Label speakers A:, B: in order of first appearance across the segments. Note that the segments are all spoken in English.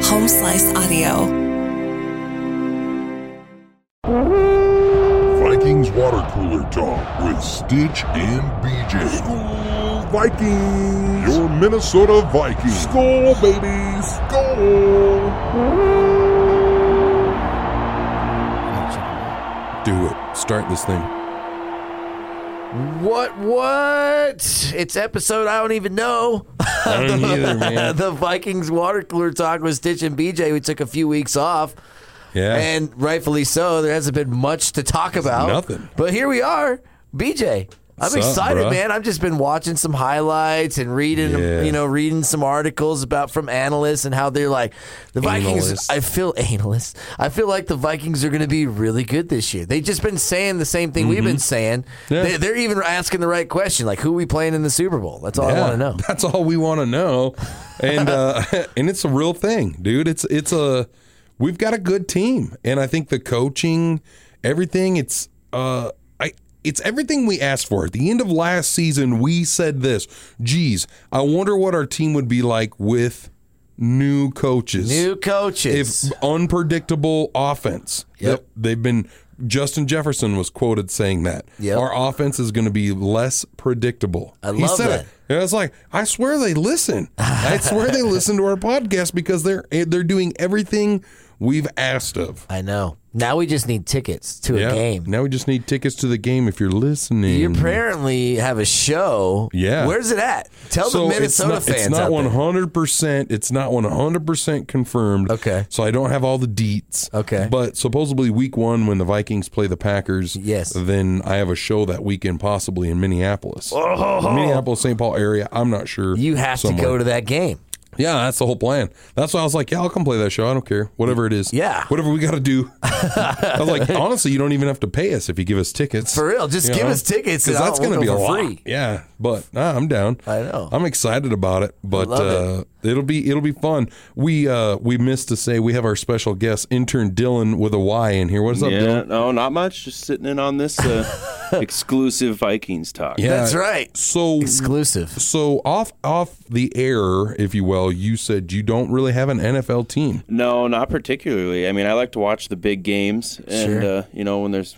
A: Slice Audio.
B: Vikings Water Cooler Talk with Stitch and BJ. School Vikings! Your Minnesota Vikings! School, baby! School!
C: Do it. Start this thing.
D: What? What? It's episode I don't even know.
C: I don't either, man.
D: the Vikings water cooler talk with Stitch and BJ. We took a few weeks off,
C: Yeah.
D: and rightfully so. There hasn't been much to talk about.
C: nothing.
D: But here we are, BJ. I'm
C: Sup,
D: excited,
C: bruh?
D: man. I've just been watching some highlights and reading,
C: Yeah.
D: you know, reading some articles about from analysts and how they're like the Vikings.
C: Analysts.
D: I feel analysts. I feel like the Vikings are going to be really good this year. They've just been saying the same thing we've been saying.
C: Mm-hmm. Yeah.
D: They, they're even asking the right question, like who we playing in the Super Bowl. That's all I want to know.
C: That's all we want to know. And uh, and it's a real thing, dude. It's it's a we've got a good team, and I think the coaching, everything. It's uh, I it's everything we asked for. At the end of last season, we said this. Geez, I wonder what our team would be like with new coaches.
D: New coaches.
C: if unpredictable offense.
D: Yep.
C: They've been Justin Jefferson was quoted saying that.
D: Yep.
C: Our offense is going to be less predictable.
D: I
C: he
D: love
C: said
D: that.
C: it. And I was like, I swear they listen. I swear they listen to our podcast because they're eh, they're doing everything we've asked of.
D: I know. Now we just need tickets to a game.
C: Now we just need tickets to the game if you're listening.
D: You apparently have a show.
C: Yeah.
D: Where's it at? Tell the Minnesota
C: it's not,
D: fans.
C: It's not
D: out there.
C: one hundred percent. It's not one hundred percent confirmed.
D: Okay.
C: So I don't have all the deets.
D: Okay.
C: But supposedly week one when the Vikings play the Packers.
D: Yes.
C: Then I have a show that weekend possibly in Minneapolis. Minneapolis, St. Paul area. I'm not sure.
D: Oh. You have to go to that game.
C: Yeah, that's the whole plan. That's why I was like, yeah, I'll come play that show. I don't care. Whatever it is.
D: Yeah.
C: Whatever we got to do. I was like, honestly, you don't even have to pay us if you give us tickets.
D: For real, just
C: You
D: give
C: know?
D: us tickets and
C: because that's
D: I'll-
C: going to
D: we'll
C: be a
D: go for free.
C: lot. Yeah, but nah, I'm down.
D: I know.
C: I'm excited about it, but
D: love
C: uh, it. will be it'll be fun. We uh, we missed to say we have our special guest intern Dylan with a Y in here. What is up, Dylan?
E: Yeah, no, not much. Just sitting in on this uh, exclusive Vikings talk.
C: Yeah.
D: That's right.
C: So
D: Exclusive.
C: so off off the air, if you will, you said you don't really have an NFL team.
E: No, not particularly. I mean, I like to watch the big games, and
D: Sure.
E: uh, you know when there's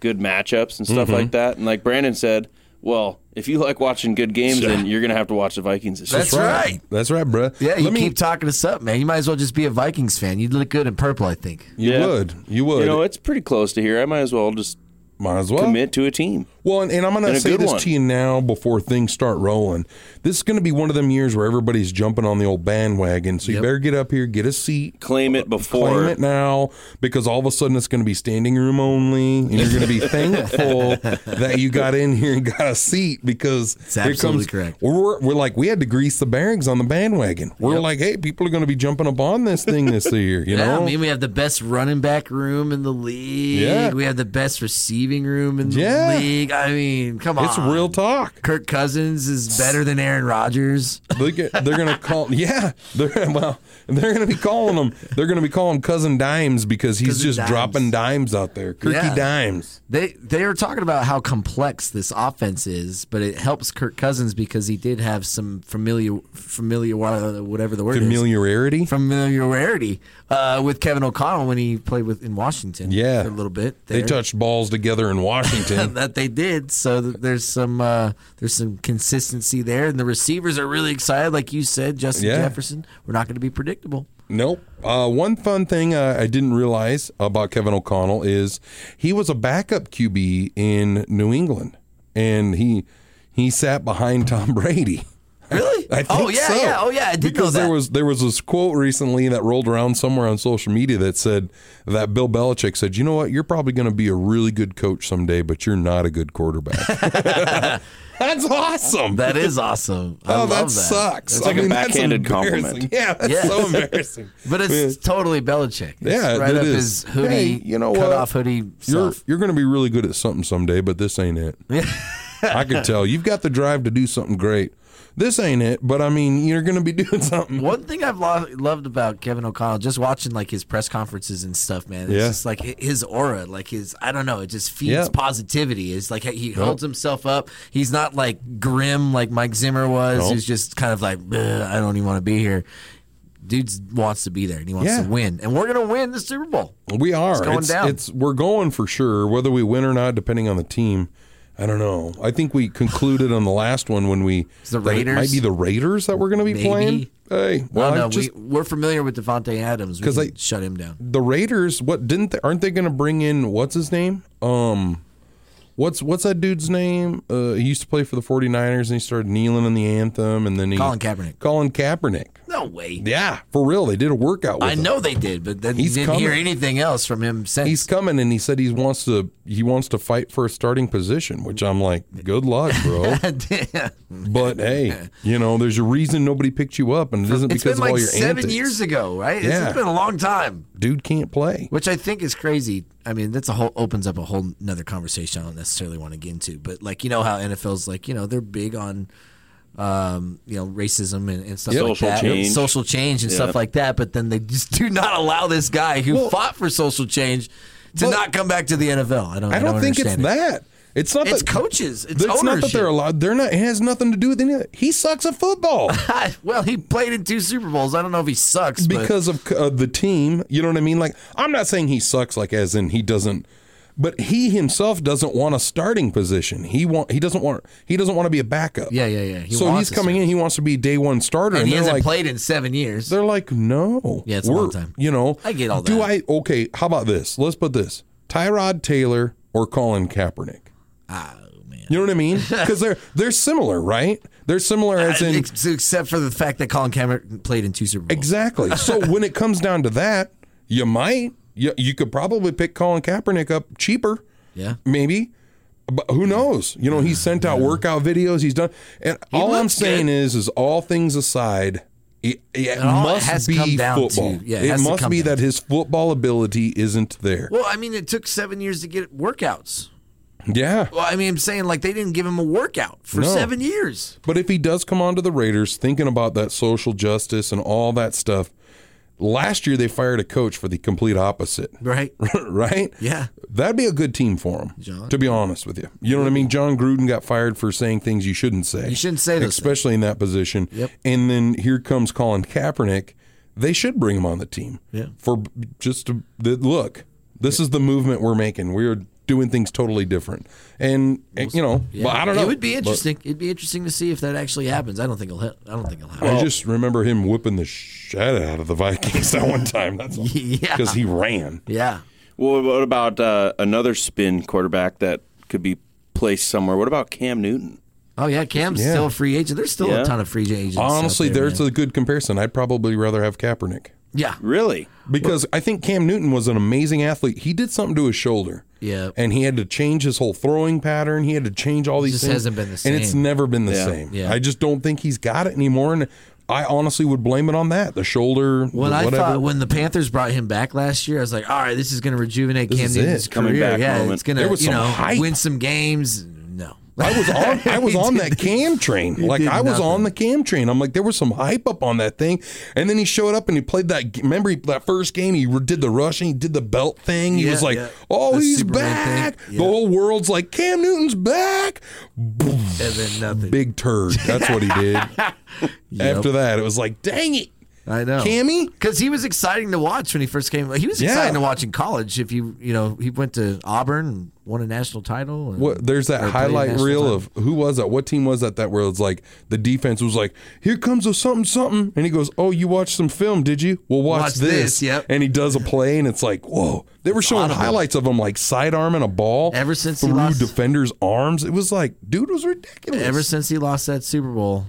E: good matchups and stuff
C: Mm-hmm.
E: like that. And like Brandon said, well, if you like watching good games, then you're gonna have to watch the Vikings. This
D: That's
E: year.
D: right.
C: That's right, bruh.
D: Yeah, you
C: Let me-
D: keep talking us up, man. You might as well just be a Vikings fan. You'd look good in purple, I think.
C: You
E: Yeah.
C: would. You would.
E: You know, it's pretty close to here. I might as well just
C: Might as well.
E: commit to a team.
C: Well, and, and I'm going
E: And
C: to
E: a
C: say
E: good
C: this
E: one.
C: to you now before things start rolling. This is going to be one of them years where everybody's jumping on the old bandwagon. So you better get up here, get a seat,
E: Claim it before.
C: claim it now, because all of a sudden it's going to be standing room only, and you're going to be thankful that you got in here and got a seat because it's
D: absolutely
C: comes,
D: correct.
C: We're, we're like we had to grease the bearings on the bandwagon. We're like, hey, people are going to be jumping up on this thing this year. You
D: Yeah,
C: know,
D: I mean, we have the best running back room in the league.
C: Yeah.
D: We have the best receiving room in the
C: Yeah.
D: league. I mean, come on.
C: it's real talk.
D: Kirk Cousins is better than Aaron Rodgers.
C: They get, they're gonna call. Yeah, they're well. They're gonna be calling them. They're gonna be calling cousin Dimes because he's
D: Cousin
C: just
D: Dimes.
C: dropping dimes out there. Kirky
D: Yeah.
C: Dimes.
D: They they are talking about how complex this offense is, but it helps Kirk Cousins because he did have some familiar familiar whatever the word
C: Familiarity.
D: is familiarity uh, with Kevin O'Connell when he played with in Washington.
C: Yeah.
D: for a little bit.
C: They
D: there.
C: touched balls together in Washington.
D: that they did. So th- there's some uh, there's some consistency there, and the receivers are really excited, like you said, Justin
C: Yeah.
D: Jefferson. We're not going to be predictable.
C: nope. Uh, one fun thing uh, I didn't realize about Kevin O'Connell is he was a backup QB in New England, and he he sat behind Tom Brady.
D: Really?
C: I think
D: oh yeah,
C: so.
D: yeah, oh yeah. I did
C: because
D: know that.
C: there was there was this quote recently that rolled around somewhere on social media that said that Bill Belichick said, "You know what? You're probably going to be a really good coach someday, but you're not a good quarterback." that's awesome.
D: that is awesome. I
C: oh,
D: love
C: that,
D: that
C: sucks.
E: That's like
C: I
E: a
C: mean,
E: backhanded
C: that's embarrassing.
E: compliment.
C: Yeah, that's
D: Yeah.
C: so embarrassing.
D: But it's totally Belichick. It's
C: Yeah,
D: right
C: it
D: up
C: is.
D: his hoodie,
C: Hey, you know
D: cut
C: what?
D: off hoodie
C: You're
D: stuff.
C: you're going to be really good at something someday, but this ain't it. I could tell you've got the drive to do something great. This ain't it, but I mean, you're going to be doing something.
D: One thing I've lo- loved about Kevin O'Connell, just watching like his press conferences and stuff, man, it's
C: Yeah.
D: just like hi- his aura, like his I don't know, it just feeds
C: Yeah.
D: positivity. It's like he holds himself up. He's not like grim like Mike Zimmer was,
C: No.
D: who's just kind of like "Ugh, I don't even want to be here. Dude's wants to be there and he wants
C: Yeah.
D: to win, and we're gonna win the Super Bowl.
C: We are. It's
D: going
C: it's,
D: down.
C: we're going for sure, whether we win or not, depending on the team. I don't know. I think we concluded on the last one when we
D: the
C: that it might
D: Raiders?
C: be the Raiders that we're going to be
D: Maybe.
C: playing. Hey,
D: Well,
C: well, I
D: no,
C: just,
D: we, we're familiar with Devontae Adams. We
C: 'Cause
D: can
C: I-
D: shut him down.
C: the Raiders. What didn't? They, aren't they going to bring in what's his name? Um, what's what's that dude's name? Uh, he used to play for the 49ers and he started kneeling in the anthem and then he
D: Colin Kaepernick.
C: Colin Kaepernick.
D: No way.
C: Yeah, for real, they did a workout. With
D: I
C: him.
D: know they did, but then
C: He's
D: you didn't hear
C: coming.
D: anything else from him since.
C: he's coming and he said he wants to he wants to fight for a starting position which i'm like good luck bro but hey you know there's a reason nobody picked you up and it isn't
D: it's
C: because
D: been
C: of all
D: like
C: your
D: seven
C: antics
D: years ago, right?
C: Yeah.
D: It's been a long time,
C: dude can't play
D: which I think is crazy. I mean, that's a whole opens up a whole another conversation I don't necessarily want to get into. But like, you know how NFL's like, you know, they're big on, um, you know, racism and, and stuff
E: Social
D: like that,
E: change.
D: social change and
E: Yeah.
D: stuff like that. But then they just do not allow this guy who fought for social change to
C: but-
D: not come back to the NFL. I don't.
C: i don't think it's
D: understand it.
C: that it's not
D: It's
C: that
D: coaches. It's
C: it's not that they're
D: ownership.
C: allowed they're not it has nothing to do with any of that he sucks at football
D: well, he played in two Super Bowls. I don't know if he sucks, but
C: because of uh, the team. You know what I mean? Like, I'm not saying he sucks, like as in he doesn't, but he himself doesn't want a starting position. He want he doesn't want he doesn't want to be a backup.
D: Yeah, yeah, yeah. He
C: so
D: wants
C: he's
D: to
C: coming in. He wants to be day one starter, and,
D: and he
C: they're
D: hasn't
C: like,
D: played in seven years.
C: they're like, no,
D: Yeah, it's a long
C: we're-
D: time.
C: You know,
D: I get all
C: Do
D: that.
C: I okay? How about this? Let's put this: Tyrod Taylor or Colin Kaepernick.
D: Oh man.
C: You know what I mean? Because they're they're similar, right? They're similar as in
D: Uh, Ex- Except for the fact that Colin Kaepernick played in two Super Bowls.
C: Exactly. So when it comes down to that, you might you, you could probably pick Colin Kaepernick up cheaper,
D: yeah.
C: maybe. But who knows? You know, he's sent out workout videos. He's done, and all I'm
D: looks
C: saying
D: good.
C: is, is all things aside, it, it
D: all it
C: must
D: has
C: be
D: come down to-
C: football.
D: yeah, it
C: it
D: has to
C: must
D: come
C: be
D: down
C: that his football ability isn't there.
D: Well, I mean, it took seven years to get workouts.
C: yeah,
D: Well, I mean, I'm saying like they didn't give him a workout for
C: No.
D: seven years.
C: But if he does come onto the Raiders, thinking about that social justice and all that stuff, last year they fired a coach for the complete opposite.
D: Right.
C: right?
D: Yeah.
C: That'd be a good team for him,
D: John.
C: to be honest with you. You know what I mean? John Gruden got fired for saying things you shouldn't say.
D: You shouldn't say those
C: Especially in that position.
D: Yep.
C: And then here comes Colin Kaepernick. They should bring him on the team.
D: Yeah.
C: For b- just to, the, look, this is the movement we're making. We're doing things totally different. And, and, you know, but I don't know.
D: It would be
C: But
D: interesting. It'd be interesting to see if that actually happens. I don't think it'll. Ha- I don't think it'll happen.
C: I just remember him whipping the shit out of the Vikings that one time. That's
D: Yeah.
C: Because he ran.
D: yeah.
E: Well, what about uh, another spin quarterback that could be placed somewhere? What about Cam Newton?
D: Oh yeah. Cam's still a free agent. There's still
E: Yeah.
D: a ton of free agents. out
C: Honestly,
D: there,
C: there's
D: man.
C: a good comparison. I'd probably rather have Kaepernick.
D: yeah.
E: Really?
C: Because I think Cam Newton was an amazing athlete. He did something to his shoulder.
D: Yeah.
C: And he had to change his whole throwing pattern. He had to change all these
D: just
C: things.
D: hasn't been the
C: And it's
D: same.
C: never been the
E: Yeah.
C: same.
D: Yeah.
C: I just don't think he's got it anymore. And I honestly would blame it on that. The shoulder,
D: When
C: the
D: I
C: whatever.
D: thought when the Panthers brought him back last year, I was like, all right, this is going to rejuvenate Cam
C: is
D: Newton's
C: it.
D: career.
E: Coming back
D: yeah,
E: moment.
D: it's going
C: There
D: to
C: was
D: you
C: some
D: know
C: hype.
D: win some games. No,
C: I was on I was on that cam train. Like
D: did
C: I was
D: nothing.
C: on the cam train. I'm like there was some hype up on that thing. And then he showed up and he played that g- remember he, that first game he did the rushing, he did the belt thing. He
D: Yeah,
C: was like,
D: yeah.
C: "Oh,
D: The
C: he's
D: Superman
C: back."
D: thing.
C: The
D: Yeah.
C: whole world's like, "Cam Newton's back." Boom.
D: and then nothing.
C: Big turd. That's what he did. After that, it was like, "Dang it."
D: I know,
C: Cammy?
D: because he was exciting to watch when he first came. He was
C: Yeah.
D: exciting to watch in college. If you you know he went to Auburn and won a national title. and-
C: What, there's that
D: or played
C: highlight
D: national
C: reel
D: title.
C: of who was that? What team was that? That where it's like the defense was like, "Here comes a something something," and he goes, "Oh, you watched some film, did you? Well, watch,
D: Watch
C: this."
D: this, yep.
C: And he does a play, and it's like, "Whoa!" They were showing
D: audible.
C: highlights of him like sidearm and a ball
D: Ever since he
C: through
D: lost-
C: defenders' arms. It was like, dude was ridiculous.
D: ever since he lost that Super Bowl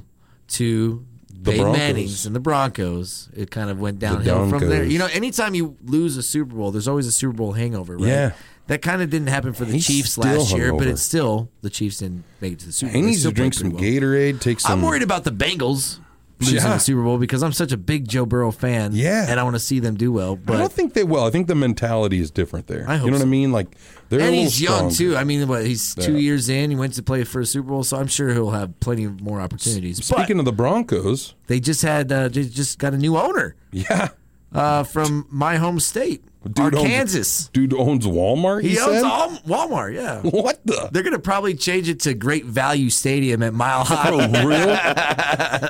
D: to the Peyton
C: Broncos.
D: Manning's and the Broncos, it kind of went downhill
C: Broncos.
D: from there. You know, anytime you lose a Super Bowl, there's always a Super Bowl hangover, right?
C: Yeah.
D: That kind of didn't happen for the
C: He's
D: Chiefs
C: still
D: last year, but
C: hungover.
D: it's still the Chiefs didn't make it to the Super
C: he
D: Bowl. They
C: needs to
D: still
C: drink
D: played
C: some
D: pretty well.
C: Gatorade. Take some.
D: I'm worried about the Bengals losing
C: Yeah.
D: the Super Bowl because I'm such a big Joe Burrow fan.
C: Yeah.
D: And I want to see them do well.
C: I don't
D: But
C: think they will. I think the mentality is different there.
D: I hope
C: you know what
D: so.
C: I mean? Like they're a
D: and
C: little
D: he's young
C: stronger.
D: too. I mean, what he's two years in. He went to play for a Super Bowl, so I'm sure he'll have plenty of more opportunities. But
C: Speaking of the Broncos,
D: They just had uh, they just got a new owner
C: yeah,
D: uh, from my home state.
C: owns-
D: Arkansas.
C: dude owns Walmart. He,
D: He owns
C: said?
D: all Walmart. Yeah.
C: What the?
D: They're gonna probably change it to Great Value Stadium at
C: Oh,
D: Mile High.
C: For real?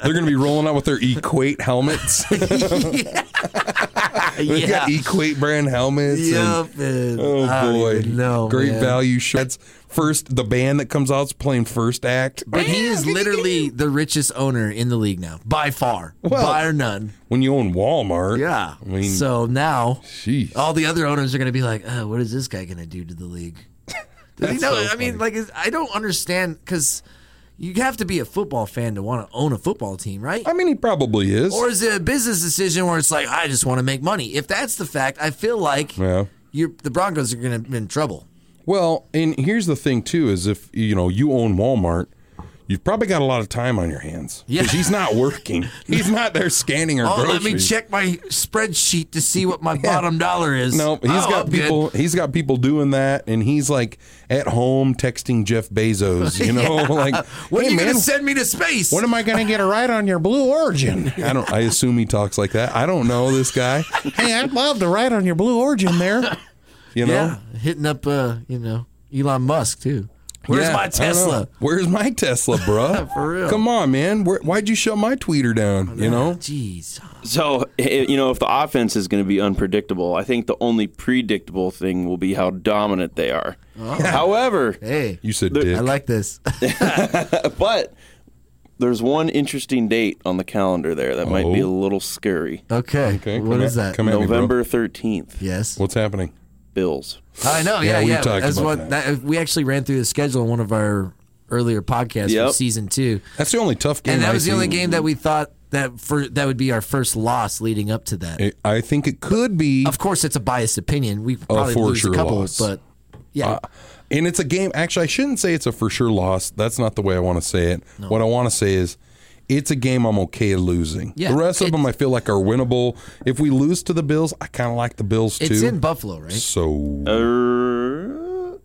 C: They're going to be rolling out with their Equate helmets. They
D: yeah.
C: got Equate brand helmets. and-
D: Yep. and-
C: oh
D: I don't
C: boy,
D: even know,
C: great
D: man.
C: value shirts. First, the band that comes out's playing first act.
D: But he is literally the richest owner in the league now, by far, by or none.
C: When you own Walmart,
D: Yeah.
C: I mean,
D: so now
C: jeez.
D: all the other owners are going to be like, oh, "What is this guy going to do to the league?" you know, I mean, like it's- I don't understand because you have to be a football fan to want to own a football team, right?
C: I mean, he probably is.
D: or is it a business decision where it's like, "I just want to make money"? If that's the fact, I feel like
C: yeah.
D: you're, the Broncos are going to be in trouble.
C: Well, and here's the thing too: is if you know you own Walmart, you've probably got a lot of time on your hands
D: Yeah.
C: because he's not working. he's not there scanning our
D: Oh,
C: groceries.
D: let me check my spreadsheet to see what my bottom dollar is. Oh,
C: No, he's
D: he's
C: got people. He's got people doing that, and he's like at home texting Jeff Bezos. You know, like,
D: When
C: hey
D: are you
C: man,
D: going to send me to space?
C: when am I going to get a ride on your Blue Origin? I don't. I assume he talks like that. I don't know this guy. hey, I'd love to ride on your Blue Origin there. You know,
D: yeah, hitting up, uh, you know, Elon Musk too. Where's
C: Yeah, I
D: my
C: don't know.
D: Tesla?
C: Where's my Tesla, bruh?
D: For real.
C: Come on, man. Where, why'd you shut my tweeter down? You know.
D: Jeez.
E: So, i- you know, if the offense is going to be unpredictable, I think the only predictable thing will be how dominant they are.
D: Oh.
E: However,
D: Hey,
C: You said
E: There-
C: dick.
D: I like this.
E: but there's one interesting date on the calendar there that might be a
C: Oh.
E: little scary.
D: Okay.
C: Okay,
D: what
C: come
D: is
C: at-
D: that?
C: come at me, bro.
E: November 13th,
D: Yes.
C: What's happening?
E: Bills.
D: I know.
C: Yeah,
D: Yeah,
C: we
D: yeah.
C: talked
D: That's
C: about
D: what
C: that.
D: that. uh, we actually ran through the schedule in one of our earlier podcasts
E: Yep.
D: for season two,
C: That's the only tough game.
D: and that
C: I
D: was the only
C: see.
D: game that we thought that for that would be our first loss leading up to that.
C: I- I think it could be.
D: of course, it's a biased opinion. We probably
C: Oh, for
D: lose
C: sure
D: a couple,
C: loss. Uh,
D: but yeah,
C: And it's a game. Actually, I shouldn't say it's a for sure loss. That's not the way I want to say it. What I want to say is it's a game I'm okay losing.
D: Yeah,
C: the rest of
D: it-
C: them I feel like are winnable. If we lose to the Bills, I kind of like the Bills too.
D: it's in Buffalo, right?
C: so
E: Uh,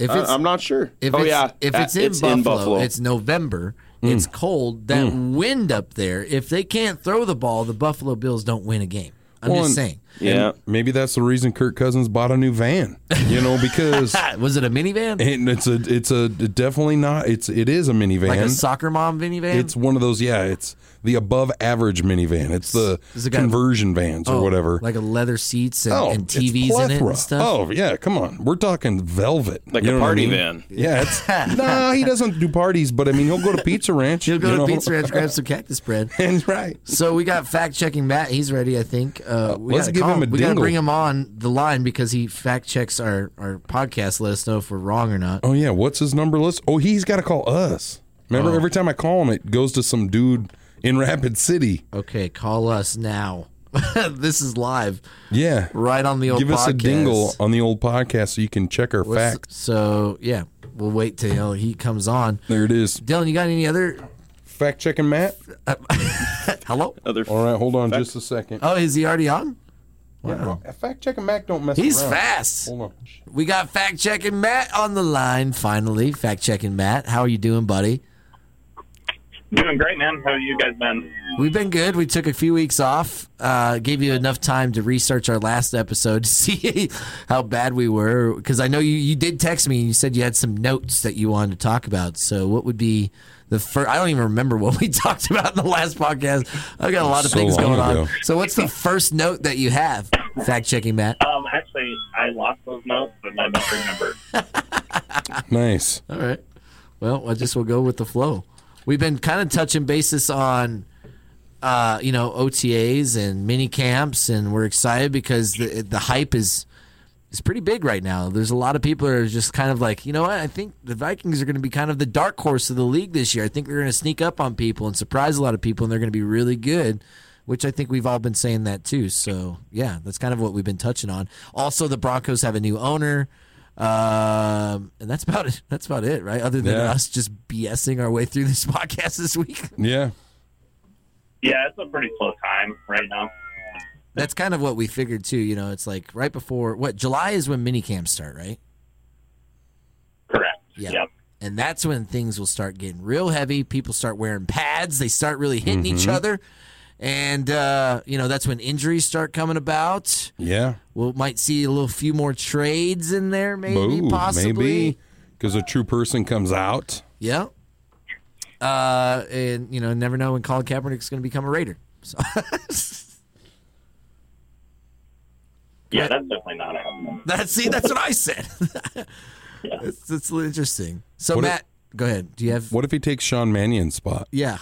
D: If
E: I-
D: it's
E: I'm not sure.
D: if
E: oh
D: it's,
E: yeah,
D: if
E: Uh,
D: it's, in, Buffalo, it's November.
C: Mm.
D: It's cold. That wind up there. If they can't throw the ball, the Buffalo Bills don't win a game. I'm
C: Well, and-
D: just saying.
E: yeah.
C: maybe that's the reason Kirk Cousins bought a new van. You know, because
D: Ah, Was it a minivan?
C: and it's a it's a definitely not it's it is a minivan.
D: like a soccer mom minivan?
C: It's one of those, yeah. It's the above average minivan. It's the
D: Does it got-
C: conversion vans or
D: Oh,
C: whatever.
D: Like a leather seats and,
C: oh,
D: and
C: it's
D: TVs in it
C: plethora.
D: and stuff.
C: Oh yeah, come on. We're talking velvet,
E: Like
C: You
E: a
C: know what I
E: party
C: mean?
E: van.
C: Yeah, it's, nah, he doesn't do parties, but I mean, he'll go to Pizza Ranch.
D: You'll go
C: you
D: to
C: know?
D: Pizza Ranch, grab some cactus bread.
C: That's right.
D: So we got fact checking Matt. He's ready, I think. Uh, we
C: let's
D: gotta
C: give
D: call
C: him a
D: We gotta
C: dingle.
D: bring him on the line because he fact checks our, our podcast. Let us know if we're wrong or not.
C: Oh yeah, what's his number list? Oh, he's got to call us. Remember,
D: Oh.
C: every time I call him, it goes to some dude in Rapid City.
D: Okay, call us now. this is live,
C: Yeah,
D: right on the old.
C: give us a
D: podcast.
C: dingle on the old podcast so you can check our
D: What's-
C: facts.
D: So yeah, we'll wait till he comes on.
C: There it is.
D: Dylan, you got any other? uh,
C: Fact checking, Matt.
D: Hello.
E: Other f-
C: All right, hold on just a second.
D: Oh, is he already on?
C: Fact checking Mac don't mess
D: Uh-huh. He's
C: around.
D: fast.
C: Hold on.
D: We got fact checking Matt on the line. Finally, fact checking Matt. How are you doing, buddy?
A: Doing great, man. How have you guys been?
D: We've been good. We took a few weeks off. Uh, gave you enough time to research our last episode to see how bad we were. Because I know you, you did text me and you said you had some notes that you wanted to talk about. So what would be the first? I don't even remember what we talked about in the last podcast. I've got a lot of
C: So
D: things
C: long
D: going on.
C: ago.
D: So what's the first note that you have? Fact checking, Matt.
A: Um, actually, I lost those notes, and I don't remember.
C: Nice.
D: All right. Well, I just will go with the flow. We've been kind of touching basis on, uh, you know, OTAs and mini camps, and we're excited because the the hype is is pretty big right now. There's a lot of people that are just kind of like, you know what? I think the Vikings are going to be kind of the dark horse of the league this year. I think they're going to sneak up on people and surprise a lot of people, and they're going to be really good. Which I think we've all been saying that too. So yeah, that's kind of what we've been touching on. Also, the Broncos have a new owner, um, and that's about it. That's about it, right? Other than
C: Yeah.
D: us just BSing our way through this podcast this week,
C: Yeah.
A: Yeah, it's a pretty slow time right now.
D: that's kind of what we figured too. You know, it's like right before what July is when mini camps start, right?
A: Correct.
D: Yeah.
A: Yep.
D: And that's
C: Mm-hmm.
D: when things will start getting real heavy. People start wearing pads. They start really hitting each other. and uh, you know that's when injuries start coming about.
C: Yeah.
D: We might see a little few more trades in there, maybe,
C: Ooh,
D: possibly.
C: maybe because a true person comes out.
D: Yeah. Uh, and you know, never know when Colin Kaepernick's going to become a Raider. So,
A: Yeah, that's definitely not happening.
D: that's see, that's what I said. it's, it's interesting. So
C: What if-
D: Matt, go ahead. Do you have?
C: What if he takes Sean Mannion's spot?
D: Yeah.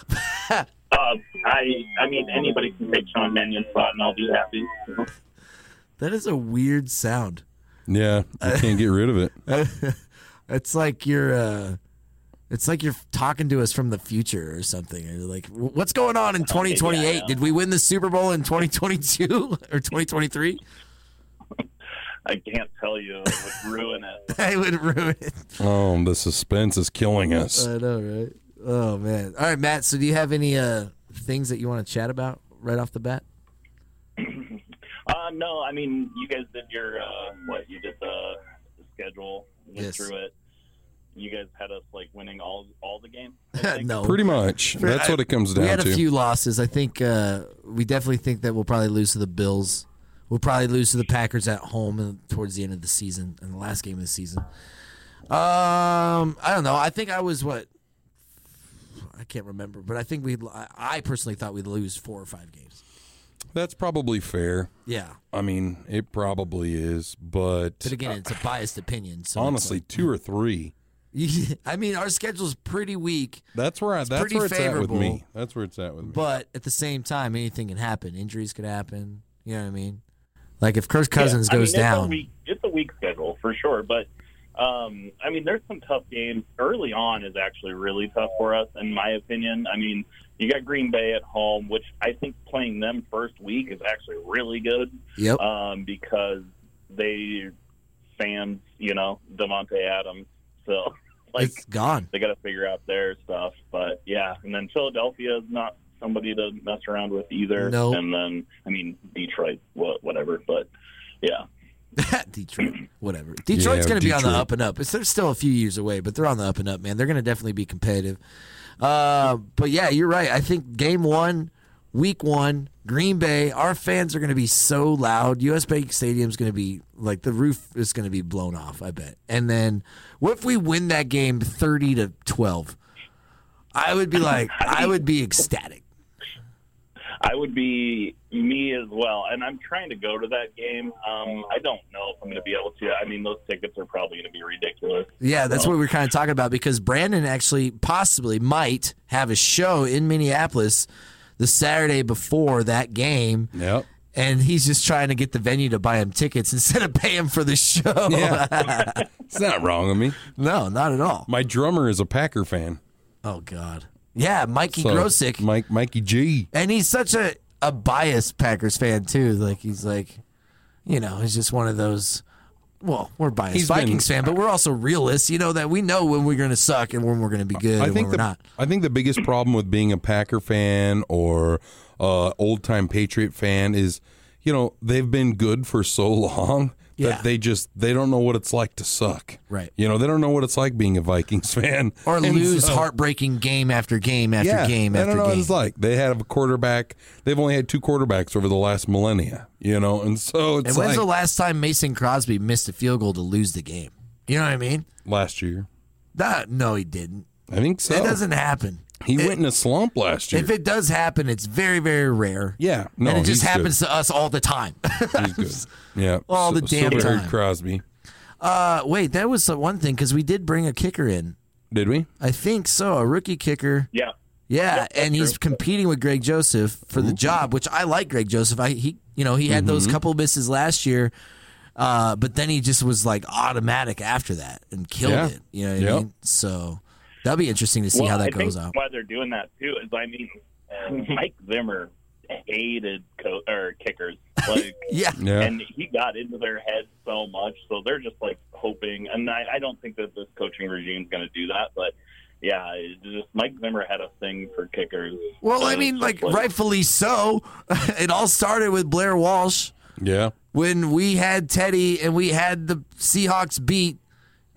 A: Uh, I I mean, anybody can take Sean Mannion's spot, and I'll be happy.
D: That is a weird sound.
C: Yeah, you can't get rid of it.
D: It's like you're uh it's like you're talking to us from the future or something. You're like, "Wh- what's going on in 2028?
A: yeah.
D: Did we win the Super Bowl in 2022 or 2023?
A: I can't tell you; it would ruin it.
D: I would ruin it.
C: Oh, the suspense is killing us.
D: I know, right? Oh man. All right, Matt. So do you have any uh things that you want to chat about right off the bat?
A: Uh, no, I mean, you guys did your uh, what? You did the schedule, went
D: Yes.
A: through it. You guys had us like winning all all the games. I think.
D: no.
C: Pretty much. That's what it comes
D: we
C: down
D: had a
C: to.
D: few losses. I think uh we definitely think that we'll probably lose to the Bills. We'll probably lose to the Packers at home and towards the end of the season and the last game of the season. Um, I don't know. I think I was what I can't remember, but I think we. I I personally thought we'd lose four or five games.
C: That's probably fair.
D: Yeah,
C: I mean, it probably is, but,
D: but again, it's a biased opinion. So it's
C: honestly, two or three.
D: like- I mean, our schedule's pretty weak,
C: That's where I, that's
D: pretty
C: where it's at with me.
D: favorable.
C: That's where it's at with me.
D: but at the same time, anything can happen. Injuries could happen. You know what I mean? Like if Kirk Cousins
A: Yeah, I mean,
D: goes
A: It's a,
D: down,
A: weak, it's a weak schedule for sure, but um, I mean, there's some tough games. Early on is actually really tough for us, in my opinion. I mean, you got Green Bay at home, which I think playing them first week is actually really good
D: yep,
A: um, because they fans, you know, Devontae Adams. So, like,
D: it's gone.
A: they got to figure out their stuff. But yeah, and then Philadelphia is not somebody to mess around with either.
D: No.
A: And then I mean Detroit, wha- whatever. But yeah,
D: Detroit, whatever. Detroit's going to be on the
C: Detroit.
D: up and up. It's, they're still a few years away, but they're on the up and up, man. They're going to definitely be competitive. Uh, but yeah, you're right. I think game one, week one, Green Bay, our fans are going to be so loud. U.S. Bank Stadium's going to be like the roof is going to be blown off. I bet. And then what if we win that game thirty to twelve? I would be like, I would be ecstatic.
A: I would be me as well. And I'm trying to go to that game. Um, I don't know if I'm going to be able to. I mean, those tickets are probably going to be ridiculous.
D: Yeah, that's what we were kind of talking about because Brandon actually possibly might have a show in Minneapolis the Saturday before that game.
C: Yep.
D: And he's just trying to get the venue to buy him tickets instead of pay him for the show.
C: Yeah. it's not wrong of me.
D: no, not at all.
C: My drummer is a Packer fan.
D: Oh, God. Yeah, Mikey
C: So,
D: Grosick.
C: Mike, Mikey G.
D: and he's such a, a biased Packers fan, too. Like, he's like, you know, he's just one of those. Well, we're biased
C: He's been-
D: Vikings fan, but we're also realists. You know that we know when we're going to suck and when we're going to be good
C: I
D: and
C: think
D: when
C: the
D: we're not.
C: I think the biggest problem with being a Packer fan or uh, old time Patriot fan is, you know, they've been good for so long
D: Yeah.
C: that they just they don't know what it's like to suck.
D: Right.
C: You know, they don't know what it's like being a Vikings fan
D: or
C: And
D: lose
C: so-
D: heartbreaking game after game after
C: yeah,
D: game
C: they
D: after
C: don't know what
D: game.
C: it's like. They have a quarterback. They've only had two quarterbacks over the last millennia. You know, and so it's
D: and when's
C: like
D: the last time Mason Crosby missed a field goal to lose the game? You know what I mean?
C: last year.
D: Nah, no, he didn't.
C: I think so.
D: That doesn't happen.
C: he went in a slump last year.
D: If it does happen, it's very, very rare.
C: yeah, no,
D: and it
C: he's
D: just
C: good.
D: happens to us all the time.
C: He's good. Yeah,
D: All
C: So-
D: the damn
C: so we heard
D: time.
C: Crosby.
D: uh, wait, that was the one thing because we did bring a kicker in.
C: Did we?
D: I think so, a rookie kicker.
A: Yeah.
D: Yeah, and he's competing with Greg Joseph for the job, which I like Greg Joseph. I he you know he had
C: Mm-hmm.
D: those couple misses last year, uh, but then he just was like automatic after that and killed
C: Yeah.
D: it. You know what I
C: Yep.
D: mean? So that'll be interesting to see
A: well,
D: how that
A: I
D: goes
A: think
D: out.
A: why they're doing that too is I mean, Mike Zimmer hated co- or kickers like.
D: Yeah,
C: Yeah.
A: And he got into their heads so much, so they're just like hoping. And I, I don't think that this coaching regime's going to do that, but yeah, it's just Mike Zimmer had a thing for kickers.
D: well,
A: So
D: I
A: it's
D: mean,
A: just
D: like rightfully so. it all started with Blair Walsh
C: yeah.
D: when we had Teddy and we had the Seahawks beat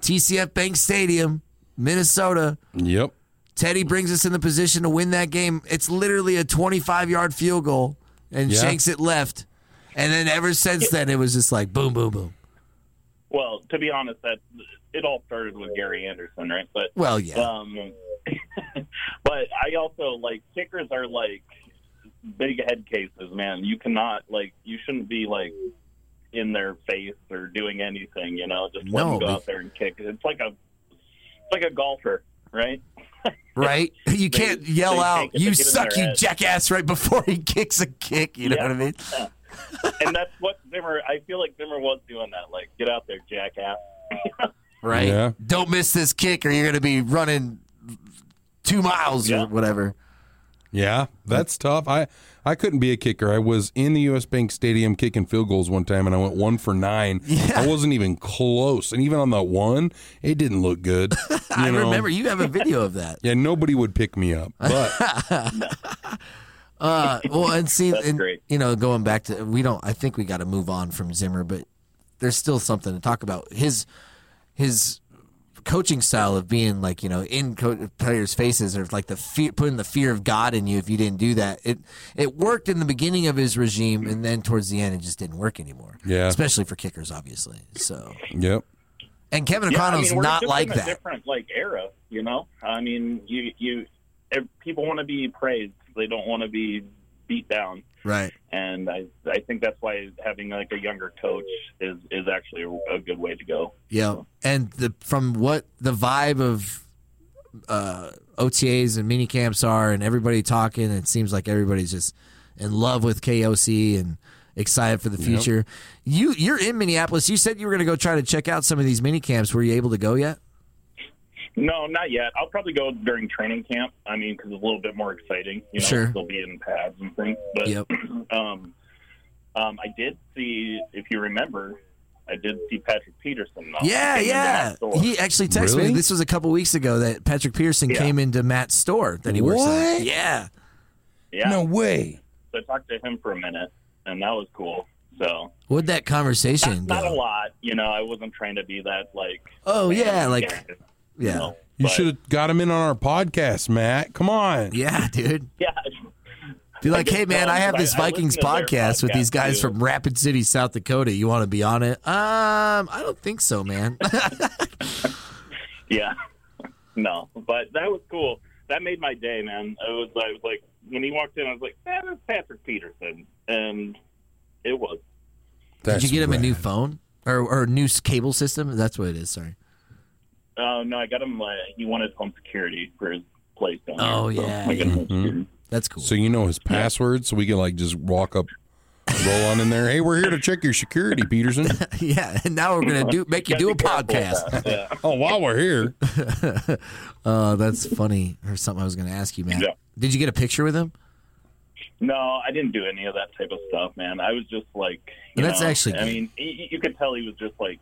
D: TCF Bank Stadium, Minnesota.
C: Yep.
D: Teddy brings us in the position to win that game. It's literally a 25 yard field goal and
C: Yeah.
D: shanks it left. And then ever since then, it was just like boom, boom, boom.
A: Well, to be honest, that it all started with Gary Anderson, right? But
D: Well, yeah.
A: Um, but I also like kickers are like big head cases, man. You cannot like you shouldn't be like in their face or doing anything. You know, just let
D: No,
A: them go
D: but-
A: out there and kick. It's like a it's like a golfer, right?
D: Right? You can't yell
A: they
D: out,
A: take it,
D: you
A: they get in
D: suck,
A: their
D: you
A: head."
D: jackass, right before he kicks a kick. You know
A: Yeah.
D: what I mean?
A: and that's what Zimmer. I feel like Zimmer was doing that. Like, get out there, jackass.
D: Right?
C: Yeah.
D: Don't miss this kick or you're going to be running two miles
A: Yeah.
D: or whatever.
C: Yeah, that's tough. I I couldn't be a kicker. I was in the U.S. Bank Stadium kicking field goals one time, and I went one for nine.
D: Yeah.
C: I wasn't even close, and even on that one, it didn't look good. You
D: I
C: know?
D: remember you have a video of that.
C: Yeah, nobody would pick me up, but
D: Uh, well, and see,
A: That's
D: and,
A: great.
D: you know, going back to we don't. I think we got to move on from Zimmer, but there's still something to talk about. His his coaching style of being like you know in co- players' faces or like the fear, putting the fear of God in you if you didn't do that. It it worked in the beginning of his regime, and then towards the end, it just didn't work anymore.
C: Yeah.
D: especially for kickers, obviously. So,
C: yep.
D: and Kevin
A: Yeah, I
D: O'Connell's
A: mean, we're
D: not
A: just
D: like
A: in a
D: that.
A: Different like era, you know. I mean, you you if people want to be praised. They don't want to be beat down.
D: Right.
A: and I I think that's why having like a younger coach is is actually a, a good way to go.
D: Yeah, and the from what the vibe of uh, OTAs and mini camps are, and everybody talking, it seems like everybody's just in love with KOC and excited for the future. You you're in Minneapolis. You said you were going to go try to check out some of these mini camps. Were you able to go yet?
A: No, not yet. I'll probably go during training camp. I mean, because it's a little bit more exciting. You know,
D: Sure.
A: they'll be in pads and things. But
D: Yep.
A: um, um, I did see, if you remember, I did see Patrick Peterson. uh,
D: Yeah,
A: came into
D: yeah.
A: that store.
D: He actually texted
C: Really?
D: me. This was a couple weeks ago that Patrick Pearson
A: Yeah.
D: came into Matt's store that he works
C: What?
D: at. Yeah.
A: yeah.
C: No way.
A: So I talked to him for a minute, and that was cool. So
D: What'd that
A: not,
D: conversation
A: not a
D: go?
A: lot, you know. I wasn't trying to be that like.
D: Oh
A: man,
D: yeah, like
A: you
D: yeah.
A: know,
C: You
A: but-
C: should have got him in on our podcast, Matt. Come on.
D: Yeah, dude.
A: Yeah.
D: Be like,
A: I
D: hey
A: just
D: man,
A: tell
D: I
A: 'em,
D: have
A: like,
D: this
A: I listen
D: Vikings
A: to their
D: podcast with these
A: podcast,
D: guys
A: too.
D: from Rapid City, South Dakota. You want to be on it? Um, I don't think so, man.
A: Yeah. No, but that was cool. That made my day, man. I was, I was like, when he walked in, I was like, eh, that's Patrick Peterson. And it was.
D: Did you
C: That's
D: get him a new
C: rad.
D: phone or or a new s- cable system? That's what it is. Sorry.
A: Oh, no, I got him, uh, he wanted home security for his place down there.
D: Oh,
A: so
D: yeah.
A: I got him home
C: Mm-hmm.
A: security.
D: That's cool.
C: So you know his password, so we can like just walk up, roll on in there. Hey, we're here to check your security, Peterson.
D: yeah, and now we're gonna do make you
A: Gotta
D: do a
A: be careful with
D: podcast.
A: that. Yeah.
C: Oh, while we're here,
D: Oh, that's funny. Or something I was gonna ask you, man.
A: Yeah.
D: Did you get a picture with him?
A: No, I didn't do any of that type of stuff, man. I was just like, you
D: That's
A: know,
D: actually good.
A: I mean, you, you could tell he was just like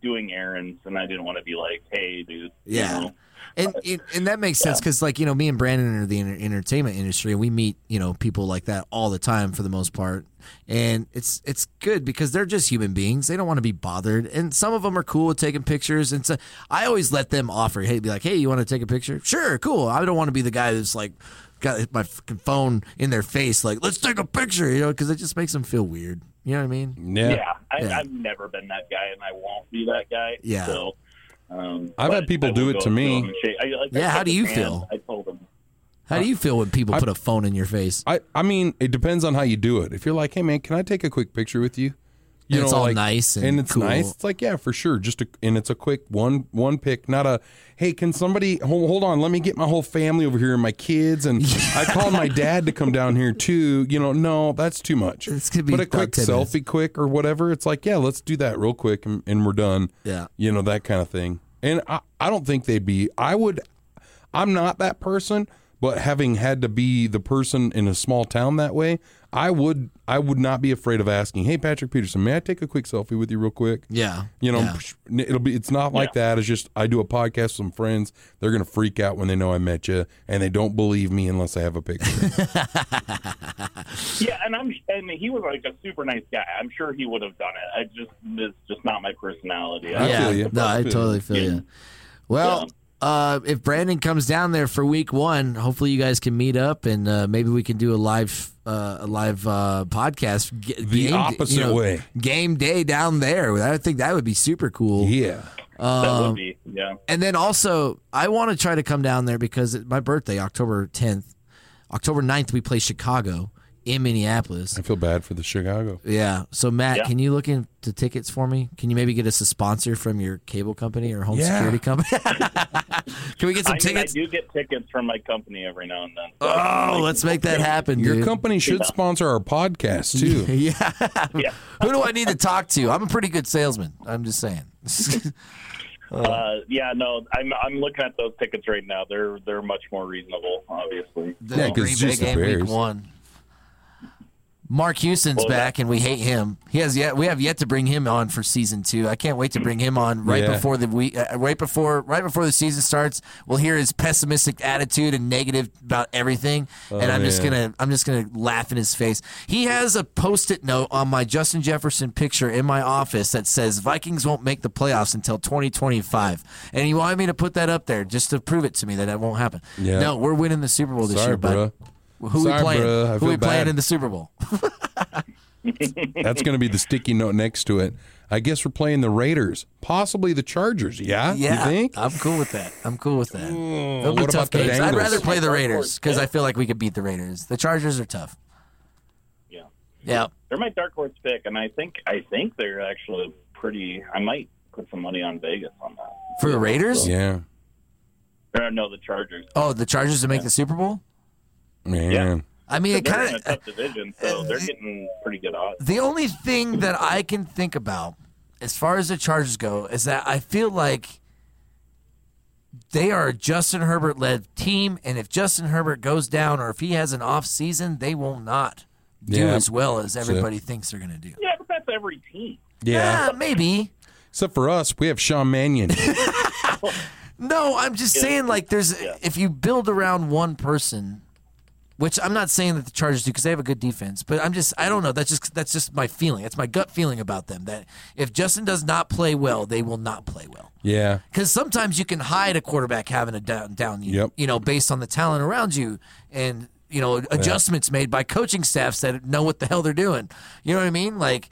A: doing errands, and I didn't want to be like, hey, dude.
D: Yeah.
A: You know?
D: and and, and that makes sense because like you know me and Brandon are the enter- entertainment industry and we meet you know people like that all the time for the most part and it's it's good because they're just human beings they don't want to be bothered and some of them are cool with taking pictures and so I always let them offer hey be like hey you want to take a picture sure cool I don't want to be the guy that's like got my fucking phone in their face like let's take a picture you know because it just makes them feel weird you know what I mean
C: yeah.
A: Yeah, I,
D: Yeah.
A: I've never been that guy, and I won't be that guy.
D: Yeah.
A: So, um,
C: I've had
A: but
C: people
A: I
C: do
A: will
C: it
A: go
C: to me.
A: them and shake- I- like, I
D: Yeah, how
A: shook
D: do
A: his
D: you
A: hand.
D: feel?
A: I told him.
D: how do you feel when people
C: I-
D: put a phone in your face
C: I, I mean, it depends on how you do it. If you're like, hey man, can I take a quick picture with you? You
D: And it's all nice and
C: it's
D: cool.
C: nice. It's like, yeah, for sure. Just a, and it's a quick one one pick, not a hey. Can somebody hold, hold on? Let me get my whole family over here and my kids, and I called my dad to come down here too. You know, no, that's too much.
D: It's gonna be
C: but a
D: about
C: quick
D: 10 minutes.
C: selfie, quick or whatever. It's like, yeah, let's do that real quick, and, and we're done.
D: Yeah.
C: you know that kind of thing. And I, I don't think they'd be. I would I'm not that person, but having had to be the person in a small town that way, I would I would not be afraid of asking, "Hey Patrick Peterson, may I take a quick selfie with you real quick?"
D: yeah
C: You know,
D: Yeah.
C: it'll be it's not like that. It's just I do a podcast with some friends. They're going to freak out when they know I met you and they don't believe me unless I have a picture.
A: Yeah, and I'm and he was like a super nice guy. I'm sure he would have done it. I just it's just not my personality.
C: I
A: I-
C: feel you.
D: No, I
C: I feel
D: totally feel
A: Yeah.
D: you. Well, uh, if Brandon comes down there for week one, hopefully you guys can meet up and uh, maybe we can do a live uh, a live uh, podcast. G-
C: The opposite way.
D: game day down there. I think that would be super cool. Um,
C: Yeah.
A: that would be yeah.
D: And then also, I want to try to come down there because it, my birthday, October 10th, October 9th, we play Chicago in Minneapolis.
C: I feel bad for the Chicago.
D: Yeah. So Matt,
A: Yeah.
D: can you look into tickets for me? Can you maybe get us a sponsor from your cable company or home
C: Yeah.
D: security company? can we get some
A: I, mean, I
D: tickets?
A: do get tickets from my company every now and then. So
D: Oh, let's make that happen,
C: Your
D: dude.
C: company should sponsor our podcast too.
D: yeah.
A: yeah.
D: Who do I need to talk to? I'm a pretty good salesman. I'm just saying.
A: Uh, yeah, no, I'm I'm looking at those tickets right now. They're they're much more reasonable, obviously.
D: The
C: Yeah, 'cause
D: Green
C: it's
D: Bay
C: just the
D: game week
C: Bears.
D: one. Mark Houston's
A: Well,
D: back, and we hate him. He has yet we have yet to bring him on for season two. I can't wait to bring him on right
C: Yeah.
D: before the week, uh, right before right before the season starts. We'll hear his pessimistic attitude and negative about everything, and I'm just
C: Oh, man.
D: gonna I'm just gonna laugh in his face. He has a post-it note on my Justin Jefferson picture in my office that says Vikings won't make the playoffs until 2025, and he wanted me to put that up there just to prove it to me that that won't happen.
C: Yeah.
D: No, we're winning the Super Bowl this
C: Sorry,
D: year, bud.
C: bro.
D: Who
C: Sorry,
D: we playing?
C: bruh. I
D: Who we
C: feel
D: playing
C: bad.
D: in the Super Bowl?
C: That's going to be the sticky note next to it. I guess we're playing the Raiders, possibly the Chargers. Yeah,
D: Yeah, Uh,
C: you think?
D: I'm cool with that. I'm cool with that. They'll be
C: what
D: tough
C: about the
D: games. I'd
C: Bengals?
D: rather play the Raiders because I feel like we could beat the Raiders. The Chargers are tough.
A: Yeah.
D: Yeah.
A: They're my dark horse pick, and I think I think they're actually pretty. I might put some money on Vegas on that.
D: For the Raiders?
C: Yeah,
A: Or no, the Chargers.
D: Oh, the Chargers to make the Super Bowl?
C: man.
D: I mean, it
A: They're in
D: kind
A: a
D: of.
A: tough division,
D: uh,
A: so they're getting pretty good odds.
D: The only thing that I can think about as far as the Chargers go is that I feel like they are a Justin Herbert led team, and if Justin Herbert goes down or if he has an off season, they will not do
C: Yeah.
D: as well as everybody thinks they're going to do.
A: Yeah, but that's every team.
C: Yeah.
D: Ah, maybe.
C: Except for us, we have Sean Mannion.
D: No, I'm just saying like there's if you build around one person, which I'm not saying that the Chargers do because they have a good defense, but I'm just I don't know. That's just that's just my feeling. That's my gut feeling about them. That if Justin does not play well, they will not play well.
C: yeah,
D: Because sometimes you can hide a quarterback having a down down year,
C: Yep.
D: you know, based on the talent around you and you know adjustments made by coaching staffs that know what the hell they're doing. You know what I mean? Like,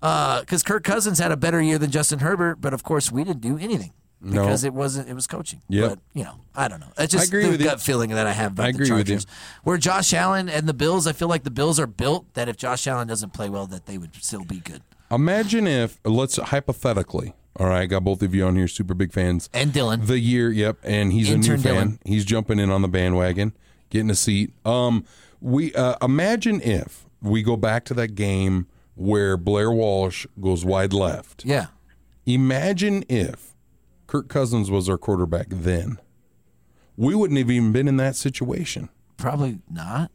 D: because Kirk Cousins had a better year than Justin Herbert, but of course we didn't do anything
C: No.
D: because it wasn't it was coaching.
C: Yep.
D: But you know, I don't know. That's just
C: agree
D: the
C: with you.
D: gut feeling that I have about
C: I
D: the
C: agree with you.
D: Chargers. Where Josh Allen and the Bills, I feel like the Bills are built that if Josh Allen doesn't play well, that they would still be good.
C: Imagine if let's hypothetically, all right, got both of you on here, super big fans.
D: And Dylan,
C: The year, yep, and he's a
D: Intern
C: new fan. He's jumping in on the bandwagon, getting a seat. Um, we uh, imagine if we go back to that game where Blair Walsh goes wide left.
D: yeah,
C: Imagine if Kirk Cousins was our quarterback then. We wouldn't have even been in that situation.
D: probably not.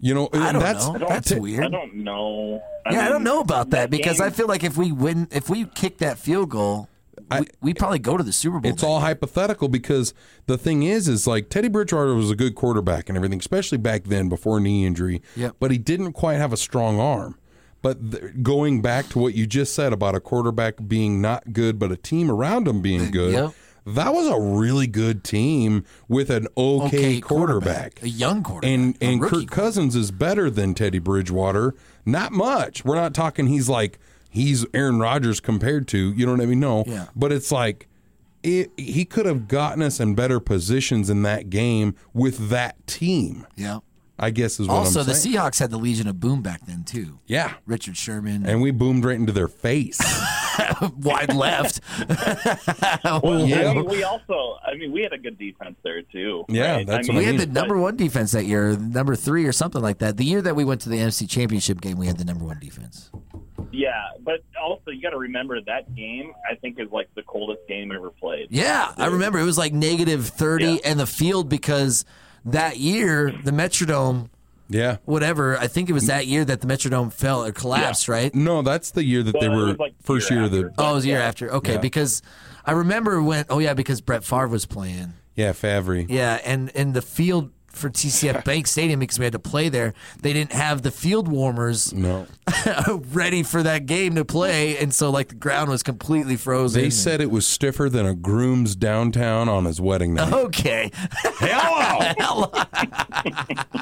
C: You know,
D: I don't
C: that's
D: know.
C: that's
D: That's
C: it.
D: weird.
A: I don't know.
D: Yeah, I
A: mean,
D: don't know about that because
A: game-
D: I feel like if we win, if we kick that field goal, we, we probably go to the Super Bowl.
C: It's all hypothetical because the thing is, is like Teddy Bridgewater was a good quarterback and everything, especially back then before knee injury.
D: Yep.
C: But he didn't quite have a strong arm. But th- going back to what you just said about a quarterback being not good, but a team around him being good,
D: Yep.
C: that was a really good team with an okay, quarterback.
D: a young quarterback,
C: And
D: a
C: and
D: rookie
C: Kirk Cousins is better than Teddy Bridgewater. Not much. We're not talking he's like he's Aaron Rodgers compared to, you know what I mean? No.
D: Yeah.
C: But it's like it, he could have gotten us in better positions in that game with that team.
D: Yeah.
C: I guess is what
D: Also,
C: I'm
D: the
C: saying.
D: Seahawks had the Legion of Boom back then too.
C: yeah.
D: Richard Sherman,
C: And we boomed right into their face.
D: wide left.
A: Well,
C: Yeah.
A: I mean, we also, I mean, we had a good defense there too.
C: Yeah,
A: right?
C: that's
A: I
C: what
D: we
C: I
A: mean,
D: had the
A: but-
D: number one defense that year, number three or something like that. The year that we went to the NFC Championship game, we had the number one defense.
A: Yeah, but also you got to remember that game. I think is like the coldest game ever played.
D: Yeah, I remember it was like negative thirty,
A: Yeah.
D: and the field because that year the Metrodome
C: yeah.
D: whatever. I think it was that year that the Metrodome fell or collapsed, right?
C: No, that's the year that they
A: Well, it
C: were
A: was like the
C: first
A: year
C: year, of the
A: after.
D: Oh, it was the year after. Okay,
C: Yeah.
D: because I remember when. Oh yeah, because Brett Favre was playing.
C: yeah Favre.
D: Yeah, and and the field for TCF Bank Stadium because we had to play there. They didn't have the field warmers
C: No.
D: ready for that game to play, and so like the ground was completely frozen.
C: They said it was stiffer than a groom's downtown on his wedding night.
D: "Okay,
C: Hello!
D: Hell,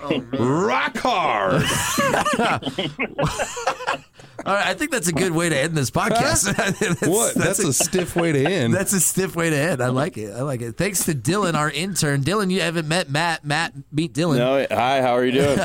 D: Oh,
C: Rock hard!
D: all right." I think that's a good way to end this podcast. that's,
C: what? That's, a, stiff way to end.
D: That's a stiff way to end. I like it. I like it. Thanks to Dylan, our intern. Dylan, you haven't met Matt. Matt, meet Dylan.
E: No, hi, how are you doing?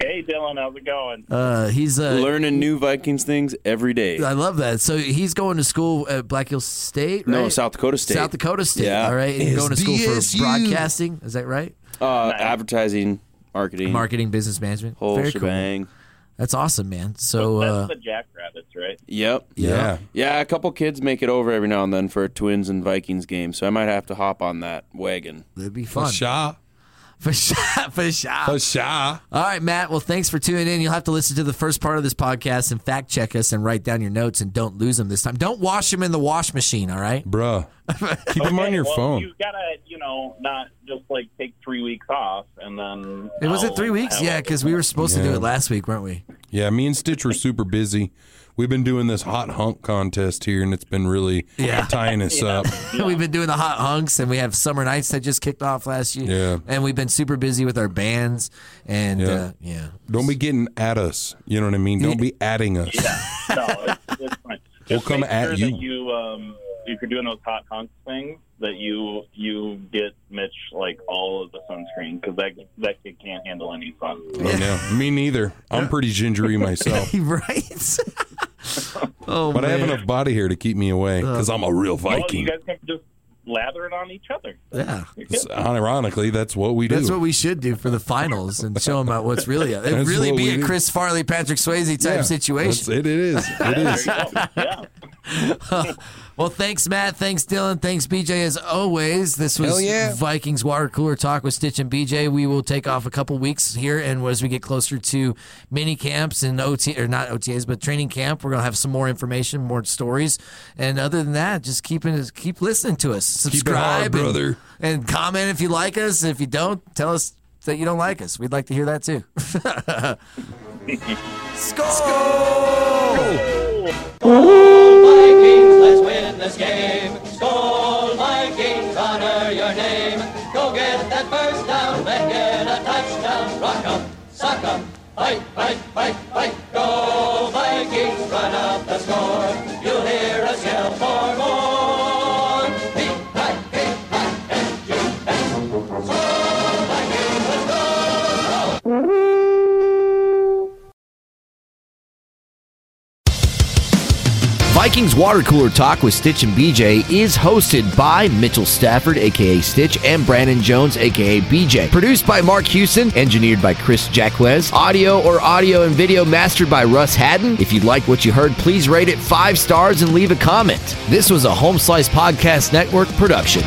A: Hey, Dylan, how's it going?
D: Uh, he's uh,
E: Learning new Vikings things every day.
D: I love that. So he's going to school at Black Hills State, right?
E: No, South Dakota State.
D: South Dakota State.
E: Yeah.
D: All right. And you're going to school for
C: SDSU.
D: broadcasting. Is that right?
E: Uh, advertising, marketing,
D: Marketing, business management.
E: whole
D: Very cool.
E: shebang.
D: That's awesome, man. So uh,
A: That's the Jackrabbits, right?
E: Yep.
C: yeah.
E: Yeah, a couple kids make it over every now and then for a Twins and Vikings game, so I might have to hop on that wagon.
D: it'd be fun.
C: Fasha.
D: For sure. For sure.
C: Fasha.
D: All right, Matt. Well, thanks for tuning in. You'll have to listen to the first part of this podcast and fact check us and write down your notes and don't lose them this time. Don't wash them in the wash machine, all right?
C: Bruh. Keep him on your
A: well,
C: phone.
A: You gotta, you know, not just like take three weeks off and then.
D: It was
A: I'll
D: it three weeks?
A: have
D: Yeah,
A: it.
D: because we were supposed to do
C: Yeah.
D: it last week, weren't we?
C: Yeah, me and Stitch were super busy. We've been doing this hot hump contest here, and it's been really
D: Yeah.
C: tying us up.
D: We've been doing the hot hunks, and we have summer nights that just kicked off last year.
C: Yeah.
D: and we've been super busy with our bands, and yeah,
C: Yeah.
D: uh, yeah.
C: Don't be getting at us. You know what I mean? Don't be adding us.
A: No, it's, it's fine. Just
C: come
A: make
C: at
A: sure
C: you.
A: That you um, if you're doing those hot hunks things, that you you get Mitch like all of the sunscreen because that that kid can't handle any sun.
C: Oh, no. Me neither. I'm pretty gingery myself.
D: right. oh
C: But I have
D: man,
C: enough body hair to keep me away because I'm a real
A: Well, you
C: Viking.
A: guys can just lather it on each other.
D: yeah.
A: You're good.
C: It's- Ironically, that's what we do.
D: That's what we should do for the finals and show them out what's really. It'd
C: That's
D: really
C: what
D: be
C: we
D: a
C: do.
D: Chris Farley, Patrick Swayze type
C: Yeah. That's
D: situation.
C: It, it is. It
A: There
C: is.
A: you go. Yeah.
D: Well, thanks, Matt. Thanks, Dylan. Thanks, BJ. As always, this was
C: Hell yeah.
D: Vikings water cooler talk with Stitch and BJ. We will take off a couple weeks here, and as we get closer to mini camps and OT or not OTAs, but training camp, we're gonna have some more information, more stories. And other than that, just keeping keep listening to us.
C: it hard,
D: Subscribe, and-
C: brother.
D: and, comment if you like us. If you don't, tell us that you don't like us. We'd like to hear that too. Skull!
F: Vikings, let's win this game. Score, Vikings, honor your name. Go get that first down, then get a touchdown. Rock 'em, suck 'em, fight, fight, fight, fight. Go Vikings, run up the score. You'll hear us yell for more. V-I-K-I-N-G-S. Go Vikings, let's go!
G: Vikings Water Cooler Talk with Stitch and BJ is hosted by Mitchell Stafford, aka Stitch, and Brandon Jones, aka BJ. Produced by Mark Hewson, engineered by Chris Jacquez. Audio or audio and video mastered by Russ Haddon. If you like what you heard, please rate it five stars and leave a comment. This was a Home Slice Podcast Network production.